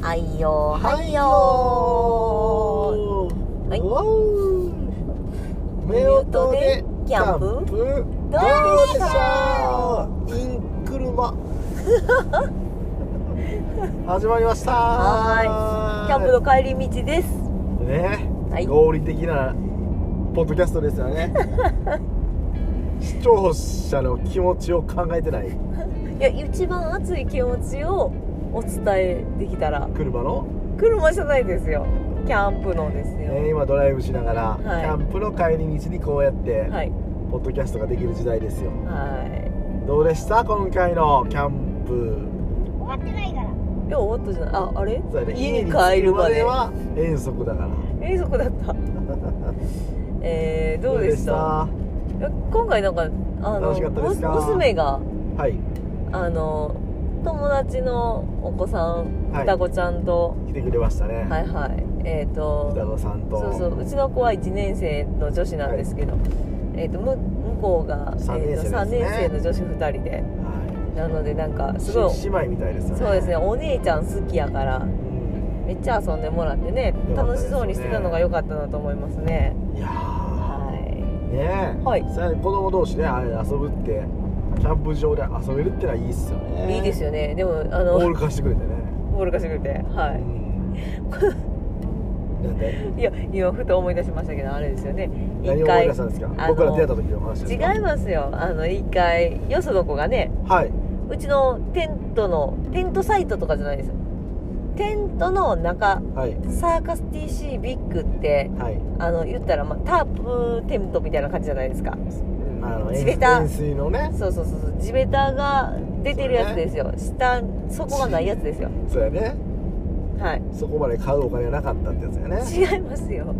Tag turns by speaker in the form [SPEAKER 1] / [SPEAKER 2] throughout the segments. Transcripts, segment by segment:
[SPEAKER 1] はいよはいよ
[SPEAKER 2] よー
[SPEAKER 1] はいう
[SPEAKER 2] わー目音でキャンプどうでしょうインクル マ始まりました
[SPEAKER 1] はーいキャンプの帰り道です
[SPEAKER 2] ね、
[SPEAKER 1] はい
[SPEAKER 2] 合理的なポッドキャストです よね視聴者の気持ちを考えてない
[SPEAKER 1] いや一番熱い気持ちをお伝えできたら
[SPEAKER 2] 車の、
[SPEAKER 1] 車じゃないですよキャンプのです
[SPEAKER 2] え
[SPEAKER 1] よ、
[SPEAKER 2] ー今ドライブしながら、
[SPEAKER 1] い
[SPEAKER 2] キャンプの帰り道にこうやって、
[SPEAKER 1] はい
[SPEAKER 2] ポッドキャストができる時代ですよ
[SPEAKER 1] は
[SPEAKER 2] どうでした今回のキャンプ
[SPEAKER 3] 終わってないから
[SPEAKER 1] いいや終わったじゃないああれ
[SPEAKER 2] そうやね
[SPEAKER 1] 家に帰るまで
[SPEAKER 2] 家に着くまでは遠足だから
[SPEAKER 1] えそこだった えー、どうでしたいや今回なんかあの
[SPEAKER 2] 楽しかったですか
[SPEAKER 1] む娘が
[SPEAKER 2] はい
[SPEAKER 1] あの友達のお子さん
[SPEAKER 2] はい
[SPEAKER 1] 双子ちゃんと、
[SPEAKER 2] 来てくれましたね、
[SPEAKER 1] はい、はいえっ、と
[SPEAKER 2] 双子さんと
[SPEAKER 1] そうそううちの子は1年生の女子なんですけど、えー、とむ向こうが、え
[SPEAKER 2] 三年
[SPEAKER 1] ー
[SPEAKER 2] 生で
[SPEAKER 1] と
[SPEAKER 2] すね
[SPEAKER 1] 3年生の女子2人で
[SPEAKER 2] は
[SPEAKER 1] なのでなんか
[SPEAKER 2] い
[SPEAKER 1] すごい
[SPEAKER 2] し姉妹みたいですよね
[SPEAKER 1] そうですねお姉ちゃん好きやから
[SPEAKER 2] うん
[SPEAKER 1] めっちゃ遊んでもらってね
[SPEAKER 2] よかっ
[SPEAKER 1] 楽
[SPEAKER 2] たです
[SPEAKER 1] し
[SPEAKER 2] ね
[SPEAKER 1] そうにしてたのが良かったなと思いますね
[SPEAKER 2] いやー
[SPEAKER 1] は
[SPEAKER 2] ねえ、
[SPEAKER 1] はい
[SPEAKER 2] さらに子供同士ねあれ遊ぶってキャンプ場で遊べるってのはいいっすよ
[SPEAKER 1] い、
[SPEAKER 2] ね
[SPEAKER 1] いいです
[SPEAKER 2] よ
[SPEAKER 1] よねでもあ
[SPEAKER 2] ボー
[SPEAKER 1] の
[SPEAKER 2] ル貸してくれてね、
[SPEAKER 1] ボール貸してくれてはい
[SPEAKER 2] う んなんで
[SPEAKER 1] いや今ふと思い出しましたけどあれですよね
[SPEAKER 2] 何を思い出したんですか
[SPEAKER 1] あの
[SPEAKER 2] 僕ら出会った時の話ですか
[SPEAKER 1] 違いますよあの一回よその子がね
[SPEAKER 2] はいう
[SPEAKER 1] ちのテントのテントサイトとかじゃないですテントの中
[SPEAKER 2] はい
[SPEAKER 1] サーカス TC ビッグって
[SPEAKER 2] はい
[SPEAKER 1] あの言ったら、まあ、タープテントみたいな感じじゃないですか
[SPEAKER 2] あの
[SPEAKER 1] 地べた
[SPEAKER 2] 円錐のね
[SPEAKER 1] そうそうそうそう地べたが出てるやつですよ、下底がないやつですよ
[SPEAKER 2] そうやね
[SPEAKER 1] はい
[SPEAKER 2] そこまで買うお金はなかったってやつやね
[SPEAKER 1] 違いますよ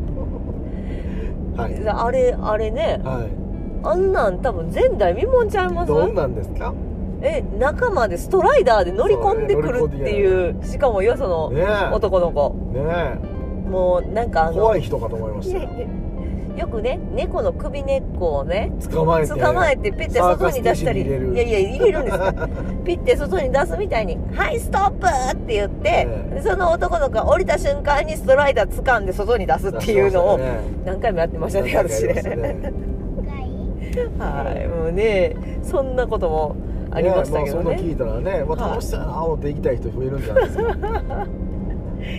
[SPEAKER 2] はい
[SPEAKER 1] あれあれね
[SPEAKER 2] はい
[SPEAKER 1] あんなん多分前代未聞ちゃいます
[SPEAKER 2] どんなんですか
[SPEAKER 1] え中までストライダーで乗り込んでくるっていうしかもよその
[SPEAKER 2] ねえ
[SPEAKER 1] 男の子
[SPEAKER 2] ね
[SPEAKER 1] もうなんかあ
[SPEAKER 2] え
[SPEAKER 1] の
[SPEAKER 2] 怖い人かと思いま
[SPEAKER 1] い
[SPEAKER 2] した
[SPEAKER 1] や
[SPEAKER 2] よ
[SPEAKER 1] いやよくね猫の首根っこをね
[SPEAKER 2] 捕まえて
[SPEAKER 1] 捕まえてピッて
[SPEAKER 2] サー
[SPEAKER 1] 外
[SPEAKER 2] カス
[SPEAKER 1] に出したりい
[SPEAKER 2] ティッシュに入
[SPEAKER 1] や
[SPEAKER 2] れ
[SPEAKER 1] いや入れるん ですよピッて外に出すみたいに「はいストップ!」って言って
[SPEAKER 2] ええ
[SPEAKER 1] でその男の子が降りた瞬間にストライダー掴んで外に出すっていうのを
[SPEAKER 2] 出
[SPEAKER 1] 何回もやってましたね
[SPEAKER 2] し
[SPEAKER 1] 私
[SPEAKER 2] ました
[SPEAKER 1] ね
[SPEAKER 2] ね
[SPEAKER 3] 深い
[SPEAKER 1] はいもうねそんなこともありましたけど
[SPEAKER 2] ねまあそんな聞
[SPEAKER 1] ね
[SPEAKER 2] いたらね、ま
[SPEAKER 1] はい
[SPEAKER 2] あ、楽しそうやな思って行きたい人増えるんじゃない ですか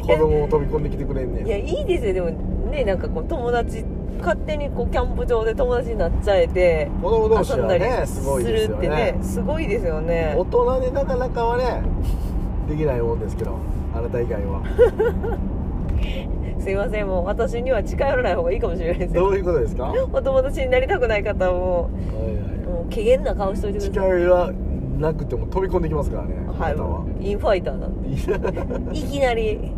[SPEAKER 2] 子供も飛び込んできてくれんね
[SPEAKER 1] い
[SPEAKER 2] ん
[SPEAKER 1] やいいですよでもねなんかこう友達勝手にこうキャンプ場で友達になっちゃえて
[SPEAKER 2] 子供同士
[SPEAKER 1] 遊んだ
[SPEAKER 2] は
[SPEAKER 1] り
[SPEAKER 2] ねすごいです
[SPEAKER 1] する
[SPEAKER 2] よ
[SPEAKER 1] って
[SPEAKER 2] ね
[SPEAKER 1] ねすごいですよね
[SPEAKER 2] 大人でなかなかはねできないもんですけどあなた以外は
[SPEAKER 1] すいませんもう私には近寄らない方がいいかもしれないですよ
[SPEAKER 2] どういうことです かはい
[SPEAKER 1] お友達になりたくない方はもう
[SPEAKER 2] は
[SPEAKER 1] もう怪げな顔しとい
[SPEAKER 2] い
[SPEAKER 1] てくだ
[SPEAKER 2] 近
[SPEAKER 1] さい
[SPEAKER 2] 寄りはなくても飛び込んできますからね、
[SPEAKER 1] はい
[SPEAKER 2] あなたは
[SPEAKER 1] もうインファイターなん
[SPEAKER 2] いや
[SPEAKER 1] でいきなり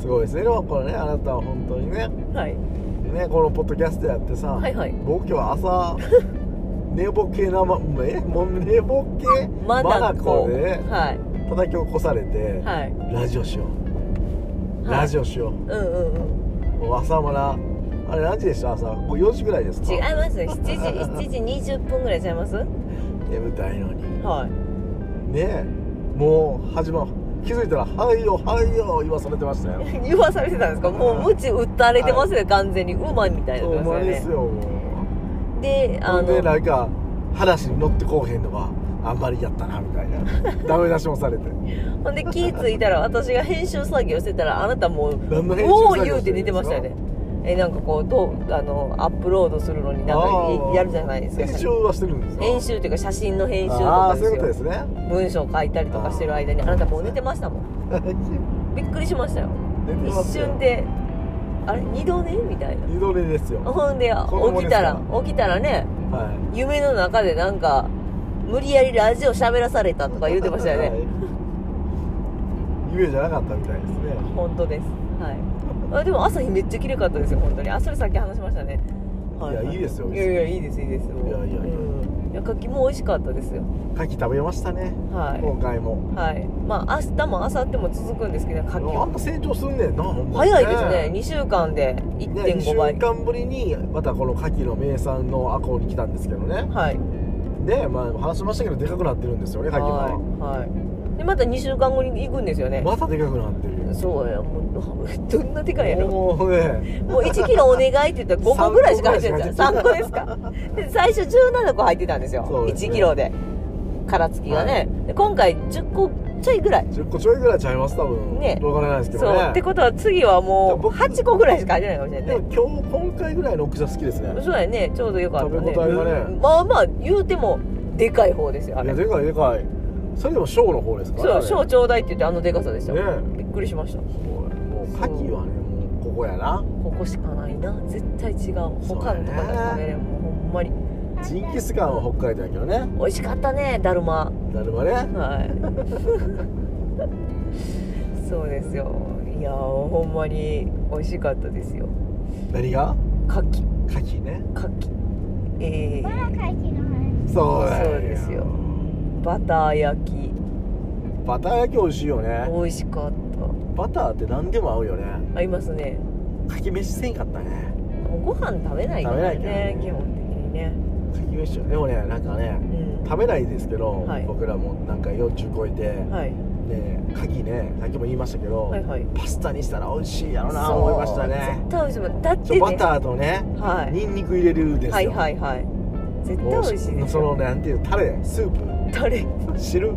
[SPEAKER 2] すごいですねでもこれねあなたは本当にね
[SPEAKER 1] はい
[SPEAKER 2] ねこのポッドキャストやってさ、
[SPEAKER 1] はいはい
[SPEAKER 2] 僕今日 朝寝ぼけなまえもう寝ぼけ
[SPEAKER 1] まだこ
[SPEAKER 2] こ
[SPEAKER 1] う
[SPEAKER 2] でね
[SPEAKER 1] は
[SPEAKER 2] 叩き起こされて、
[SPEAKER 1] いはい
[SPEAKER 2] ラジオしよう、
[SPEAKER 1] はい
[SPEAKER 2] ラジオし
[SPEAKER 1] う
[SPEAKER 2] よ
[SPEAKER 1] んうんうん
[SPEAKER 2] うもう朝もなあれ何時でした朝もう4時ぐらいですか
[SPEAKER 1] 違います よ7時7時20分ぐらいちゃいます
[SPEAKER 2] 眠たいのに
[SPEAKER 1] はい
[SPEAKER 2] ねえもう始まる気づいたら「はいよはいよ」言わされてましたよ
[SPEAKER 1] 言わされてたんですかもう無知打たれてますね完全に馬みたいに
[SPEAKER 2] そう
[SPEAKER 1] なって
[SPEAKER 2] 思
[SPEAKER 1] ま
[SPEAKER 2] いです
[SPEAKER 1] よ
[SPEAKER 2] す
[SPEAKER 1] ね
[SPEAKER 2] よも
[SPEAKER 1] であ
[SPEAKER 2] うで
[SPEAKER 1] の
[SPEAKER 2] なんか話に乗ってこうへんのがあんまりやったなみたい なダメ出しもされて
[SPEAKER 1] ほんで気付いたら私が編集作業してたらあなたもう
[SPEAKER 2] 何の編集
[SPEAKER 1] も
[SPEAKER 2] 作
[SPEAKER 1] う
[SPEAKER 2] 業
[SPEAKER 1] 言うて寝てましたよねえなんかこうどうあのアップロードするのになん
[SPEAKER 2] あ
[SPEAKER 1] か
[SPEAKER 2] ー
[SPEAKER 1] やるじゃないですか
[SPEAKER 2] 編集はしてるんですか
[SPEAKER 1] 編集というか写真の編集と
[SPEAKER 2] あ
[SPEAKER 1] か
[SPEAKER 2] あ
[SPEAKER 1] で
[SPEAKER 2] そう
[SPEAKER 1] す
[SPEAKER 2] いうことで
[SPEAKER 1] よ
[SPEAKER 2] すね
[SPEAKER 1] 文章書いたりとかしてる間にあなたもう寝てましたもんびっくりしましたよ
[SPEAKER 2] 寝てま
[SPEAKER 1] 一
[SPEAKER 2] すよ
[SPEAKER 1] 瞬であれ二度寝みたいな
[SPEAKER 2] 二度寝ですよ
[SPEAKER 1] ほんで
[SPEAKER 2] 子供
[SPEAKER 1] 起きたら
[SPEAKER 2] です
[SPEAKER 1] 起きたらね
[SPEAKER 2] はい
[SPEAKER 1] 夢の中でなんか無理やりラジオ喋らされたとか言ってましたよ
[SPEAKER 2] は
[SPEAKER 1] ね
[SPEAKER 2] い夢じゃなかったみたいですね
[SPEAKER 1] 本当ですはいあでも朝日めっちゃ綺麗かったですよ本当にあそれさっき話しましたね、はい
[SPEAKER 2] やいいですよ
[SPEAKER 1] いやいやいいですいいですもう
[SPEAKER 2] いやいやいや
[SPEAKER 1] うんいや柿も美味しかったですよ
[SPEAKER 2] 牡蠣食べましたね
[SPEAKER 1] は
[SPEAKER 2] 今回も
[SPEAKER 1] いはいまあ明日も明後日も続くんですけど
[SPEAKER 2] あ
[SPEAKER 1] 柿
[SPEAKER 2] ん
[SPEAKER 1] は
[SPEAKER 2] な成長すんねんなほんまに
[SPEAKER 1] 早いですね2週間で
[SPEAKER 2] ね2
[SPEAKER 1] 1.5倍
[SPEAKER 2] 週間ぶりにまたこの牡蠣の名産のアコに来たんですけどね
[SPEAKER 1] はい
[SPEAKER 2] ねまあ話しましたけどでかくなってるんですよねカキ
[SPEAKER 1] は
[SPEAKER 2] も
[SPEAKER 1] いはいでまた2週間後に行くんですよね、
[SPEAKER 2] またでかくなってる
[SPEAKER 1] そうやもうどんなでかいやろ
[SPEAKER 2] もうね
[SPEAKER 1] もう1キロお願いって言ったら5個ぐらいしか入ってないですよ3
[SPEAKER 2] 3
[SPEAKER 1] 個
[SPEAKER 2] 個
[SPEAKER 1] ですかで最初17個入ってたんですよ
[SPEAKER 2] そうですね
[SPEAKER 1] 1キロで殻付きがね、で今回10個ちょいぐらい
[SPEAKER 2] 10個ちょいぐらいちゃいます多分
[SPEAKER 1] ね
[SPEAKER 2] わからないですけ
[SPEAKER 1] そ
[SPEAKER 2] ど
[SPEAKER 1] う
[SPEAKER 2] ね
[SPEAKER 1] ってことは次はもう
[SPEAKER 2] 僕
[SPEAKER 1] 8個ぐらいしか入ってないかもしれな
[SPEAKER 2] で
[SPEAKER 1] いね
[SPEAKER 2] も今日今回ぐらいの大きさ好きですね
[SPEAKER 1] そうやねちょうどよかったね
[SPEAKER 2] 食べ応えがね
[SPEAKER 1] まあまあ言うてもでかい方ですよあ
[SPEAKER 2] い
[SPEAKER 1] れ
[SPEAKER 2] やでかいでかいそれでも小の方ですか
[SPEAKER 1] そう
[SPEAKER 2] ら
[SPEAKER 1] 小ちょうだいって言ってあのでかさでした
[SPEAKER 2] ね
[SPEAKER 1] よ、びっくりしました
[SPEAKER 2] もうカキはねもうここやな
[SPEAKER 1] ここしかないな絶対違う他のとこで食べれんもうほんまに
[SPEAKER 2] ジンギスカンは北海道やけどね
[SPEAKER 1] 美味しかったねだるま
[SPEAKER 2] だるまね
[SPEAKER 1] はい。そうですよ。いやー、ほんまに美味しかったですよ。
[SPEAKER 2] 何が
[SPEAKER 1] 牡蠣、
[SPEAKER 2] カキね
[SPEAKER 1] 牡蠣。え
[SPEAKER 3] まだ
[SPEAKER 1] ー、
[SPEAKER 3] 開始の話
[SPEAKER 2] そうや
[SPEAKER 1] そうですよバター焼き、
[SPEAKER 2] バター焼き美味しいよね
[SPEAKER 1] 美味しかった。
[SPEAKER 2] バターって何でも合うよね
[SPEAKER 1] ありますね。
[SPEAKER 2] かき飯せんかったね
[SPEAKER 1] もうご飯食べないから
[SPEAKER 2] 食べない
[SPEAKER 1] ね
[SPEAKER 2] からね
[SPEAKER 1] 基本的にね。
[SPEAKER 2] かき飯よでもねなんかね
[SPEAKER 1] うん。
[SPEAKER 2] 食べないですけど、
[SPEAKER 1] はい
[SPEAKER 2] 僕らもなんか40超えて、
[SPEAKER 1] はい。
[SPEAKER 2] でかきねさっきも言いましたけど、
[SPEAKER 1] はいはい。
[SPEAKER 2] パスタにしたら美味しいやろな
[SPEAKER 1] そう
[SPEAKER 2] 思いましたね
[SPEAKER 1] 絶対美味しいもん。だって
[SPEAKER 2] ちょ
[SPEAKER 1] ね。
[SPEAKER 2] バターとね
[SPEAKER 1] はい。
[SPEAKER 2] ニンニク入れるですよ
[SPEAKER 1] はいはいはい。絶対美
[SPEAKER 2] もう
[SPEAKER 1] 味しいです
[SPEAKER 2] そ
[SPEAKER 1] よ。
[SPEAKER 2] のなんていうタレスー
[SPEAKER 1] タレ、
[SPEAKER 2] プ汁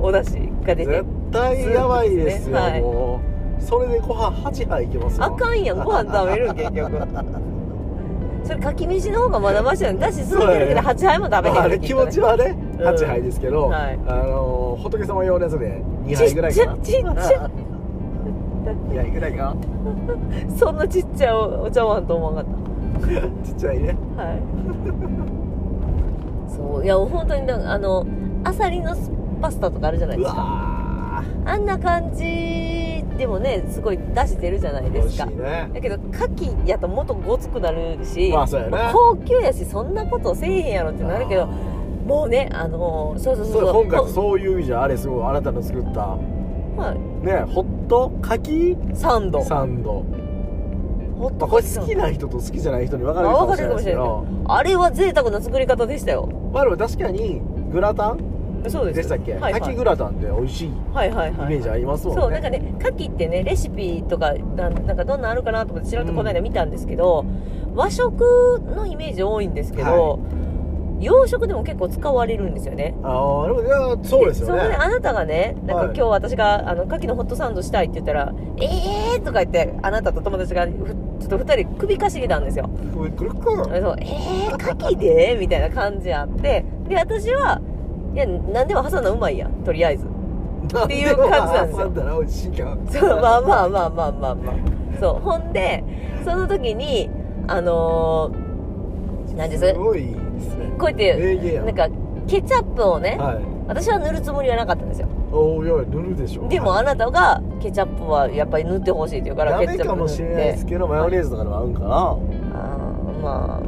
[SPEAKER 1] お出汁が出て
[SPEAKER 2] 絶。対やばいです
[SPEAKER 1] スープです
[SPEAKER 2] よ
[SPEAKER 1] ねはい
[SPEAKER 2] もうそれでご飯8杯いけますよ
[SPEAKER 1] あかんやんご飯食べるん結局 それかき飯の方がまだましやんだし吸ってるけど8杯も食べへん
[SPEAKER 2] まああれ気持ち
[SPEAKER 1] は
[SPEAKER 2] はね
[SPEAKER 1] うん
[SPEAKER 2] 8杯ですけど、
[SPEAKER 1] はい
[SPEAKER 2] あのー仏様用のやつで
[SPEAKER 1] ちっ
[SPEAKER 2] 2杯ぐらい
[SPEAKER 1] ち
[SPEAKER 2] か
[SPEAKER 1] ゃち
[SPEAKER 2] な
[SPEAKER 1] っち ゃ
[SPEAKER 2] 2杯ぐらいか
[SPEAKER 1] そんなちっちゃいお茶碗と思わんかっ
[SPEAKER 2] なちっちゃいね
[SPEAKER 1] たはい そういや本当になんかあのアサリのパスタとかあるじゃないうですか
[SPEAKER 2] わ
[SPEAKER 1] あんな感じでもねすごい出してるじゃない
[SPEAKER 2] ー美
[SPEAKER 1] で
[SPEAKER 2] 味
[SPEAKER 1] す
[SPEAKER 2] しい
[SPEAKER 1] か
[SPEAKER 2] ね
[SPEAKER 1] だけど牡蠣やともっとごつくなるし、
[SPEAKER 2] まあそうやな
[SPEAKER 1] 高級やしそんなことせえへんやろってなるけどもうねあのー、そうそうそう
[SPEAKER 2] そう
[SPEAKER 1] そう
[SPEAKER 2] 今回そういう意味じゃあれすごいあなたの作った
[SPEAKER 1] はい
[SPEAKER 2] ねホットかき
[SPEAKER 1] サンド
[SPEAKER 2] サンド
[SPEAKER 1] ホッ
[SPEAKER 2] ま
[SPEAKER 1] ト
[SPEAKER 2] あこ
[SPEAKER 1] コ
[SPEAKER 2] れ
[SPEAKER 1] ーヒー
[SPEAKER 2] 好きな人と好きじゃない人に分か
[SPEAKER 1] あ
[SPEAKER 2] れるか
[SPEAKER 1] 分か
[SPEAKER 2] もし
[SPEAKER 1] る
[SPEAKER 2] れ
[SPEAKER 1] か
[SPEAKER 2] な
[SPEAKER 1] もしれ
[SPEAKER 2] いですけ
[SPEAKER 1] ない
[SPEAKER 2] ど
[SPEAKER 1] あれは贅沢な作り方でしたよ
[SPEAKER 2] まあでも確かにグラタン
[SPEAKER 1] そうです
[SPEAKER 2] でしたっけ、
[SPEAKER 1] はいはい
[SPEAKER 2] かきグラタンって美味しいイ
[SPEAKER 1] はいはいはい
[SPEAKER 2] メージありますもんね、
[SPEAKER 1] そうなんかね牡蠣ってねレシピとかなんなんかどんなんあるかなと思ってちらっとこの間見たんですけど、和食のイメージ多いんですけど、洋食でも結構使われるんですよね
[SPEAKER 2] ああでもいやそうですよ
[SPEAKER 1] そこで
[SPEAKER 2] ね
[SPEAKER 1] あなたがねなんか
[SPEAKER 2] は
[SPEAKER 1] 今
[SPEAKER 2] い
[SPEAKER 1] 日私があの牡蠣のホットサンドしたいって言ったら「ええー!」とか言ってあなたと友達がふちょっと2人首かしげたんですよ
[SPEAKER 2] これくるくる
[SPEAKER 1] あそうえー、牡蠣でみたいな感じあってで私はいや何でも挟んだうまいやんとりあえずっていう感じなんですよ
[SPEAKER 2] なんでも挟だら美味しいかな
[SPEAKER 1] そうまあまあまあまあまあまあそうほんでその時にあのー、なんです
[SPEAKER 2] す
[SPEAKER 1] こ
[SPEAKER 2] ごいですね
[SPEAKER 1] うやって
[SPEAKER 2] 名言や
[SPEAKER 1] なんかケチャップをね、
[SPEAKER 2] はい
[SPEAKER 1] 私は塗るつもりはなかったんですよ
[SPEAKER 2] おーいや塗るでしょ
[SPEAKER 1] でもあなたがケチャップはやっぱり塗ってほしいって言うから
[SPEAKER 2] ダ
[SPEAKER 1] ケチャッ
[SPEAKER 2] メ
[SPEAKER 1] プ塗って
[SPEAKER 2] かもしれないですけどマヨネーズとかでも合うんかな
[SPEAKER 1] あーまあう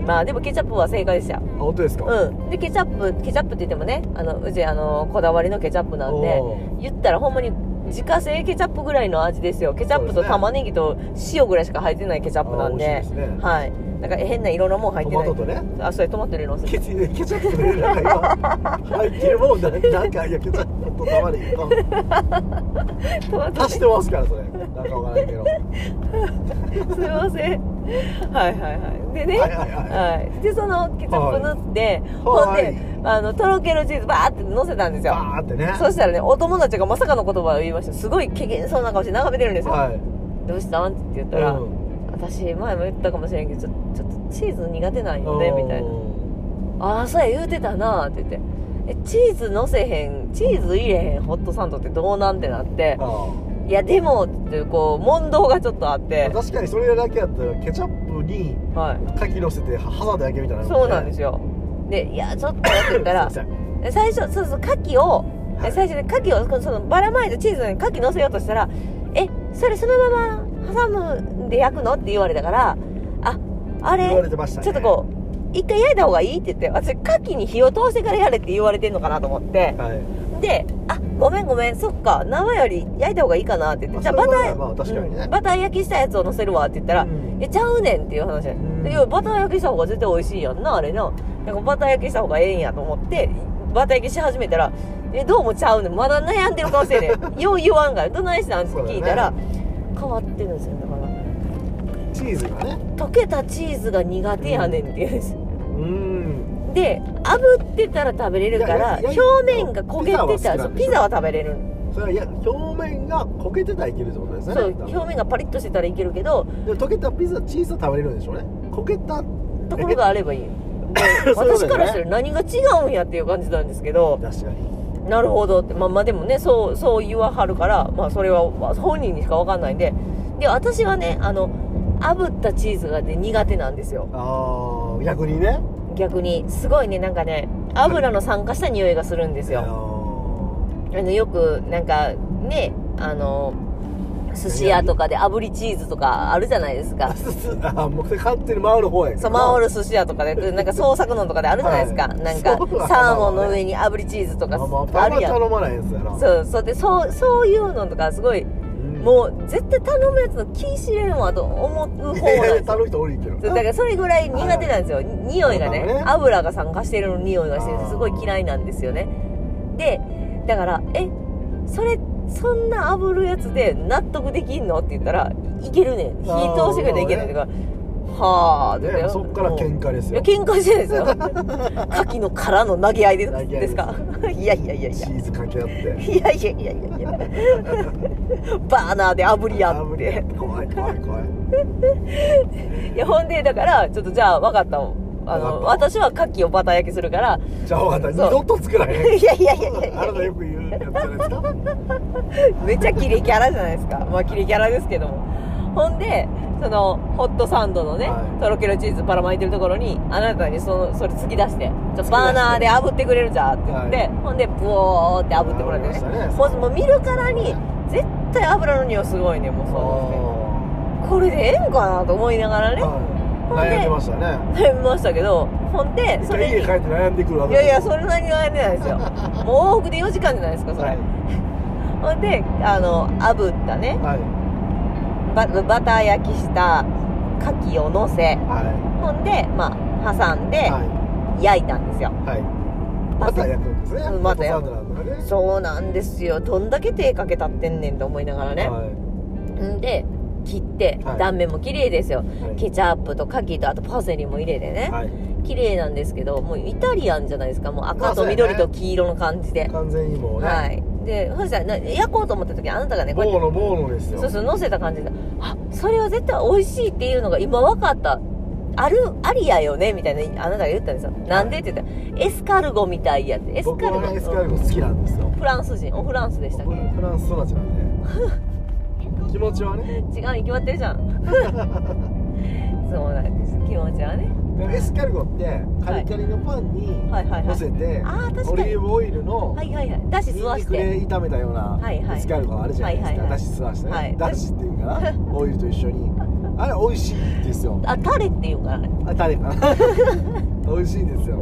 [SPEAKER 1] んまあでもケチャップは正解でした
[SPEAKER 2] あ本当ですか
[SPEAKER 1] うんでケチャップケチャップって言ってもねあのうちあのこだわりのケチャップなんで
[SPEAKER 2] おー
[SPEAKER 1] 言ったらほんまに自家製ケチャップぐらいの味ですよケチャップ
[SPEAKER 2] そう
[SPEAKER 1] と
[SPEAKER 2] ですね
[SPEAKER 1] 玉ねぎと塩ぐらいしか入ってないケチャップなんで
[SPEAKER 2] あー美味しいですね
[SPEAKER 1] はいなんか変ないろんなもん入って
[SPEAKER 2] ト
[SPEAKER 1] な
[SPEAKER 2] マ
[SPEAKER 1] い
[SPEAKER 2] トとね
[SPEAKER 1] あそれトマト入れるの忘れ
[SPEAKER 2] ケ
[SPEAKER 1] た
[SPEAKER 2] チケチャップ入れるなんか今入ってるもんだねなんかいやケチャップと玉ねぎこう
[SPEAKER 1] トマト
[SPEAKER 2] 足してますからそれなんかわからんけどは
[SPEAKER 1] すいませんはいはいはいで
[SPEAKER 2] い
[SPEAKER 1] ね
[SPEAKER 2] はいは
[SPEAKER 1] はい、でそのケチャップ塗って、ほん
[SPEAKER 2] はい
[SPEAKER 1] であのとろけるチーズバーって乗せたんです
[SPEAKER 2] い
[SPEAKER 1] よ
[SPEAKER 2] バーってね
[SPEAKER 1] そしたらねお友達がまさかの言葉を言いましたすごいけげんそうな顔して眺めてるんですよ、
[SPEAKER 2] はい
[SPEAKER 1] どうしたんって言ったら、私前も言ったかもしれんけどちょちょっとチーズ苦手なんよねみたいなああそうや言うてたなって言ってえチーズのせへんチーズ入れへんホットサンドってどうなんてなって
[SPEAKER 2] あ
[SPEAKER 1] いやでもっていうこう問答がちょっとあって
[SPEAKER 2] あ、確かにそれだけやったらケチャップに
[SPEAKER 1] はい、
[SPEAKER 2] 牡蠣乗せて挟んだだけみたいな
[SPEAKER 1] そうなんですすよでいやちょっとって言った ら
[SPEAKER 2] すいません
[SPEAKER 1] え最初そうそう牡蠣を、
[SPEAKER 2] はい
[SPEAKER 1] え最初ね牡蠣をそのばらまいたチーズに牡蠣乗せようとしたら「えそれそのまま挟むんで焼くの?」って言われたから「ああれ
[SPEAKER 2] 言われてましたね
[SPEAKER 1] ちょっとこう一回焼いた方がいい?」って言って私牡蠣に火を通してからやれって言われてんのかなと思って
[SPEAKER 2] はい
[SPEAKER 1] でて「あごめんごめんそっか生より焼いた方がいいかな」って言って「じゃあバター、
[SPEAKER 2] まあ確かにね、
[SPEAKER 1] バター焼きしたやつを乗せるわ」って言ったら「
[SPEAKER 2] うん
[SPEAKER 1] えちゃうねん」っていう話やね
[SPEAKER 2] うん
[SPEAKER 1] でいやバター焼きした方が絶対美味しいやんなあれななんかバター焼きした方がええんやと思ってバター焼きし始めたら「えどうもちゃうねんまだ悩んでる顔してんね んよう言わんからどないしたん?」って聞いたら、
[SPEAKER 2] そ
[SPEAKER 1] 変わってるんですよだから
[SPEAKER 2] チーズがね
[SPEAKER 1] 溶けたチーズが苦手やねんって言うんです
[SPEAKER 2] うん
[SPEAKER 1] で炙ってたら食べれるか
[SPEAKER 2] い
[SPEAKER 1] ら
[SPEAKER 2] やいやい
[SPEAKER 1] 表
[SPEAKER 2] や
[SPEAKER 1] 面が焦げてたらそうピ
[SPEAKER 2] ピ
[SPEAKER 1] ザ
[SPEAKER 2] ザ
[SPEAKER 1] は
[SPEAKER 2] は
[SPEAKER 1] 食べれる
[SPEAKER 2] それはいや表面が焦げてたらいけるってことですね
[SPEAKER 1] そう
[SPEAKER 2] 多分
[SPEAKER 1] 表面がパリッとしてたらいけるけど
[SPEAKER 2] でも溶けたピザチーズは食べれるんでしょうね焦げた
[SPEAKER 1] ところがあればいいよ
[SPEAKER 2] そういうこ
[SPEAKER 1] 私
[SPEAKER 2] と
[SPEAKER 1] からした
[SPEAKER 2] ね
[SPEAKER 1] ら何が違うんやっていう感じなんですけど
[SPEAKER 2] 確かに
[SPEAKER 1] なるほどってまあまあでもねそうそう言わはるからまあそれはまあ本人にしか分かんないんでで私はねあの炙ったチーズがね苦手なんですよ
[SPEAKER 2] ああ逆にね
[SPEAKER 1] 逆にすごいねなんかね油の酸化した匂いがするんですよ
[SPEAKER 2] あ
[SPEAKER 1] あのよくなんかねあの寿司屋とかで炙りチーズとかあるじゃないですか
[SPEAKER 2] ーあーもうそれ勝手に回る方や
[SPEAKER 1] そう回
[SPEAKER 2] る
[SPEAKER 1] る寿司屋とかでなんか創作のとかであるじゃないですか、
[SPEAKER 2] はい
[SPEAKER 1] なんか
[SPEAKER 2] そうなんだ
[SPEAKER 1] サーモンの上に炙りチーズと
[SPEAKER 2] ま
[SPEAKER 1] か
[SPEAKER 2] あまあ
[SPEAKER 1] あ
[SPEAKER 2] あんま
[SPEAKER 1] るやん
[SPEAKER 2] 頼まないやつやな
[SPEAKER 1] そうそうでそうそういうのとかすごい
[SPEAKER 2] うん
[SPEAKER 1] もう絶対頼むやつの気しれんわと思う方なん
[SPEAKER 2] いやい
[SPEAKER 1] で
[SPEAKER 2] や
[SPEAKER 1] すよ
[SPEAKER 2] 頼む人多いけど
[SPEAKER 1] そうだからそれぐらい苦手なんですよ、匂いがね
[SPEAKER 2] そうだね
[SPEAKER 1] 油が酸化してる匂いがして
[SPEAKER 2] あー
[SPEAKER 1] すごい嫌いなんですよねでだから「えそれそんな炙るやつで納得できんの?」って言ったら「いけるねん火通してくれたらいけるねん」って言うから「はあ」って言
[SPEAKER 2] ねそっから喧嘩です
[SPEAKER 1] いや
[SPEAKER 2] よ
[SPEAKER 1] 喧嘩してないで すよ牡蠣の殻の投げ合いで
[SPEAKER 2] 投げ合いです
[SPEAKER 1] ですかいやいやいやい
[SPEAKER 2] チ
[SPEAKER 1] や
[SPEAKER 2] ーズかけ合って
[SPEAKER 1] いやいやいやいやいやバーナーで炙りや
[SPEAKER 2] あ
[SPEAKER 1] っ
[SPEAKER 2] 無理
[SPEAKER 1] て
[SPEAKER 2] や怖い怖い怖い
[SPEAKER 1] いやほんでだからちょっとじゃあ分かったあの
[SPEAKER 2] わか
[SPEAKER 1] 私は牡蠣をバター焼きするから
[SPEAKER 2] じゃあ分かった
[SPEAKER 1] そう
[SPEAKER 2] 二度と作らへん
[SPEAKER 1] いやいやいやいやい
[SPEAKER 2] あなた
[SPEAKER 1] や
[SPEAKER 2] よく言うやつじゃないですか
[SPEAKER 1] めっちゃキレキャラじゃないですかまあキレキャラですけどもほんでそのホットサンドのね、
[SPEAKER 2] はい
[SPEAKER 1] とろけるチーズばらまいてるところにあなたにそのそれ突き出して「ちょバーナーで炙ってくれるじゃん」って言って、
[SPEAKER 2] はい
[SPEAKER 1] ほんでブオーって炙ってもらってね
[SPEAKER 2] 炙りましたね
[SPEAKER 1] もうもう見るからに絶対油の匂いすごいねもうそうですねこれでええんかなと思いながらね
[SPEAKER 2] はい
[SPEAKER 1] ほんで
[SPEAKER 2] 悩んでましたね
[SPEAKER 1] 悩みましたけどほんで
[SPEAKER 2] 一
[SPEAKER 1] それ
[SPEAKER 2] 回家
[SPEAKER 1] に
[SPEAKER 2] 帰って悩んでくるわ
[SPEAKER 1] い
[SPEAKER 2] け
[SPEAKER 1] やいやそれなりに悩んでないです よもう往復で4時間じゃないですかそれ、
[SPEAKER 2] はい
[SPEAKER 1] ほんであの炙ったね
[SPEAKER 2] はい
[SPEAKER 1] ババター焼きした牡蠣をのせ
[SPEAKER 2] は
[SPEAKER 1] ほんでまあ挟ん
[SPEAKER 2] い
[SPEAKER 1] で
[SPEAKER 2] はい
[SPEAKER 1] 焼いたんですよ、
[SPEAKER 2] はい。また焼くんですね。
[SPEAKER 1] うんまた焼く
[SPEAKER 2] ポテトサンドなんだね。
[SPEAKER 1] そうなんですよどんだけ手かけたってんねんと思いながらね、
[SPEAKER 2] は
[SPEAKER 1] んで切って、
[SPEAKER 2] はい
[SPEAKER 1] 断面も綺麗ですよ
[SPEAKER 2] い。はい
[SPEAKER 1] ケチャップと牡蠣とあとパセリも入れてね、
[SPEAKER 2] はい。
[SPEAKER 1] 綺麗なんですけどもうイタリアンじゃないですかもう
[SPEAKER 2] ま
[SPEAKER 1] 赤
[SPEAKER 2] あ
[SPEAKER 1] と
[SPEAKER 2] そうやね
[SPEAKER 1] 緑と黄色の感じで、
[SPEAKER 2] 完全にもうね。
[SPEAKER 1] はいでそしたらな焼こうと思った時あなたがねこうやって
[SPEAKER 2] ボーノボーノですよ。
[SPEAKER 1] そうそう乗せた感じであそれは絶対美味しいっていうのが今分かったあるありやよねみたいなあなたが言ったんですよなんでって言ったらエスカルゴみたいやってエス
[SPEAKER 2] 僕
[SPEAKER 1] カル
[SPEAKER 2] は
[SPEAKER 1] ゴ
[SPEAKER 2] ねエスカルゴ好きなんですよ。
[SPEAKER 1] フランス人おフランスでしたっ
[SPEAKER 2] 僕
[SPEAKER 1] け
[SPEAKER 2] フランス育ちなん で。気持ちはね。
[SPEAKER 1] 違うに決まってるじゃんそうなんです気持ちはね
[SPEAKER 2] でもエスカルゴってカリカリのパンに
[SPEAKER 1] はいはいは
[SPEAKER 2] 乗
[SPEAKER 1] い
[SPEAKER 2] せて、
[SPEAKER 1] あー確かに
[SPEAKER 2] オリーブオイルの
[SPEAKER 1] はいはいはいだし
[SPEAKER 2] ニ
[SPEAKER 1] 吸
[SPEAKER 2] ン
[SPEAKER 1] わ
[SPEAKER 2] ニ
[SPEAKER 1] し
[SPEAKER 2] ク
[SPEAKER 1] て
[SPEAKER 2] で炒めたような
[SPEAKER 1] はいはい
[SPEAKER 2] エスカルゴあるじゃないです
[SPEAKER 1] はいはいは
[SPEAKER 2] か。
[SPEAKER 1] い
[SPEAKER 2] だし吸わして
[SPEAKER 1] はい
[SPEAKER 2] ね。だしっていうかな。 オイルと一緒に。あれ美味しいんですよ。
[SPEAKER 1] あタレっていうからね
[SPEAKER 2] あタレかな 美味しいんですよ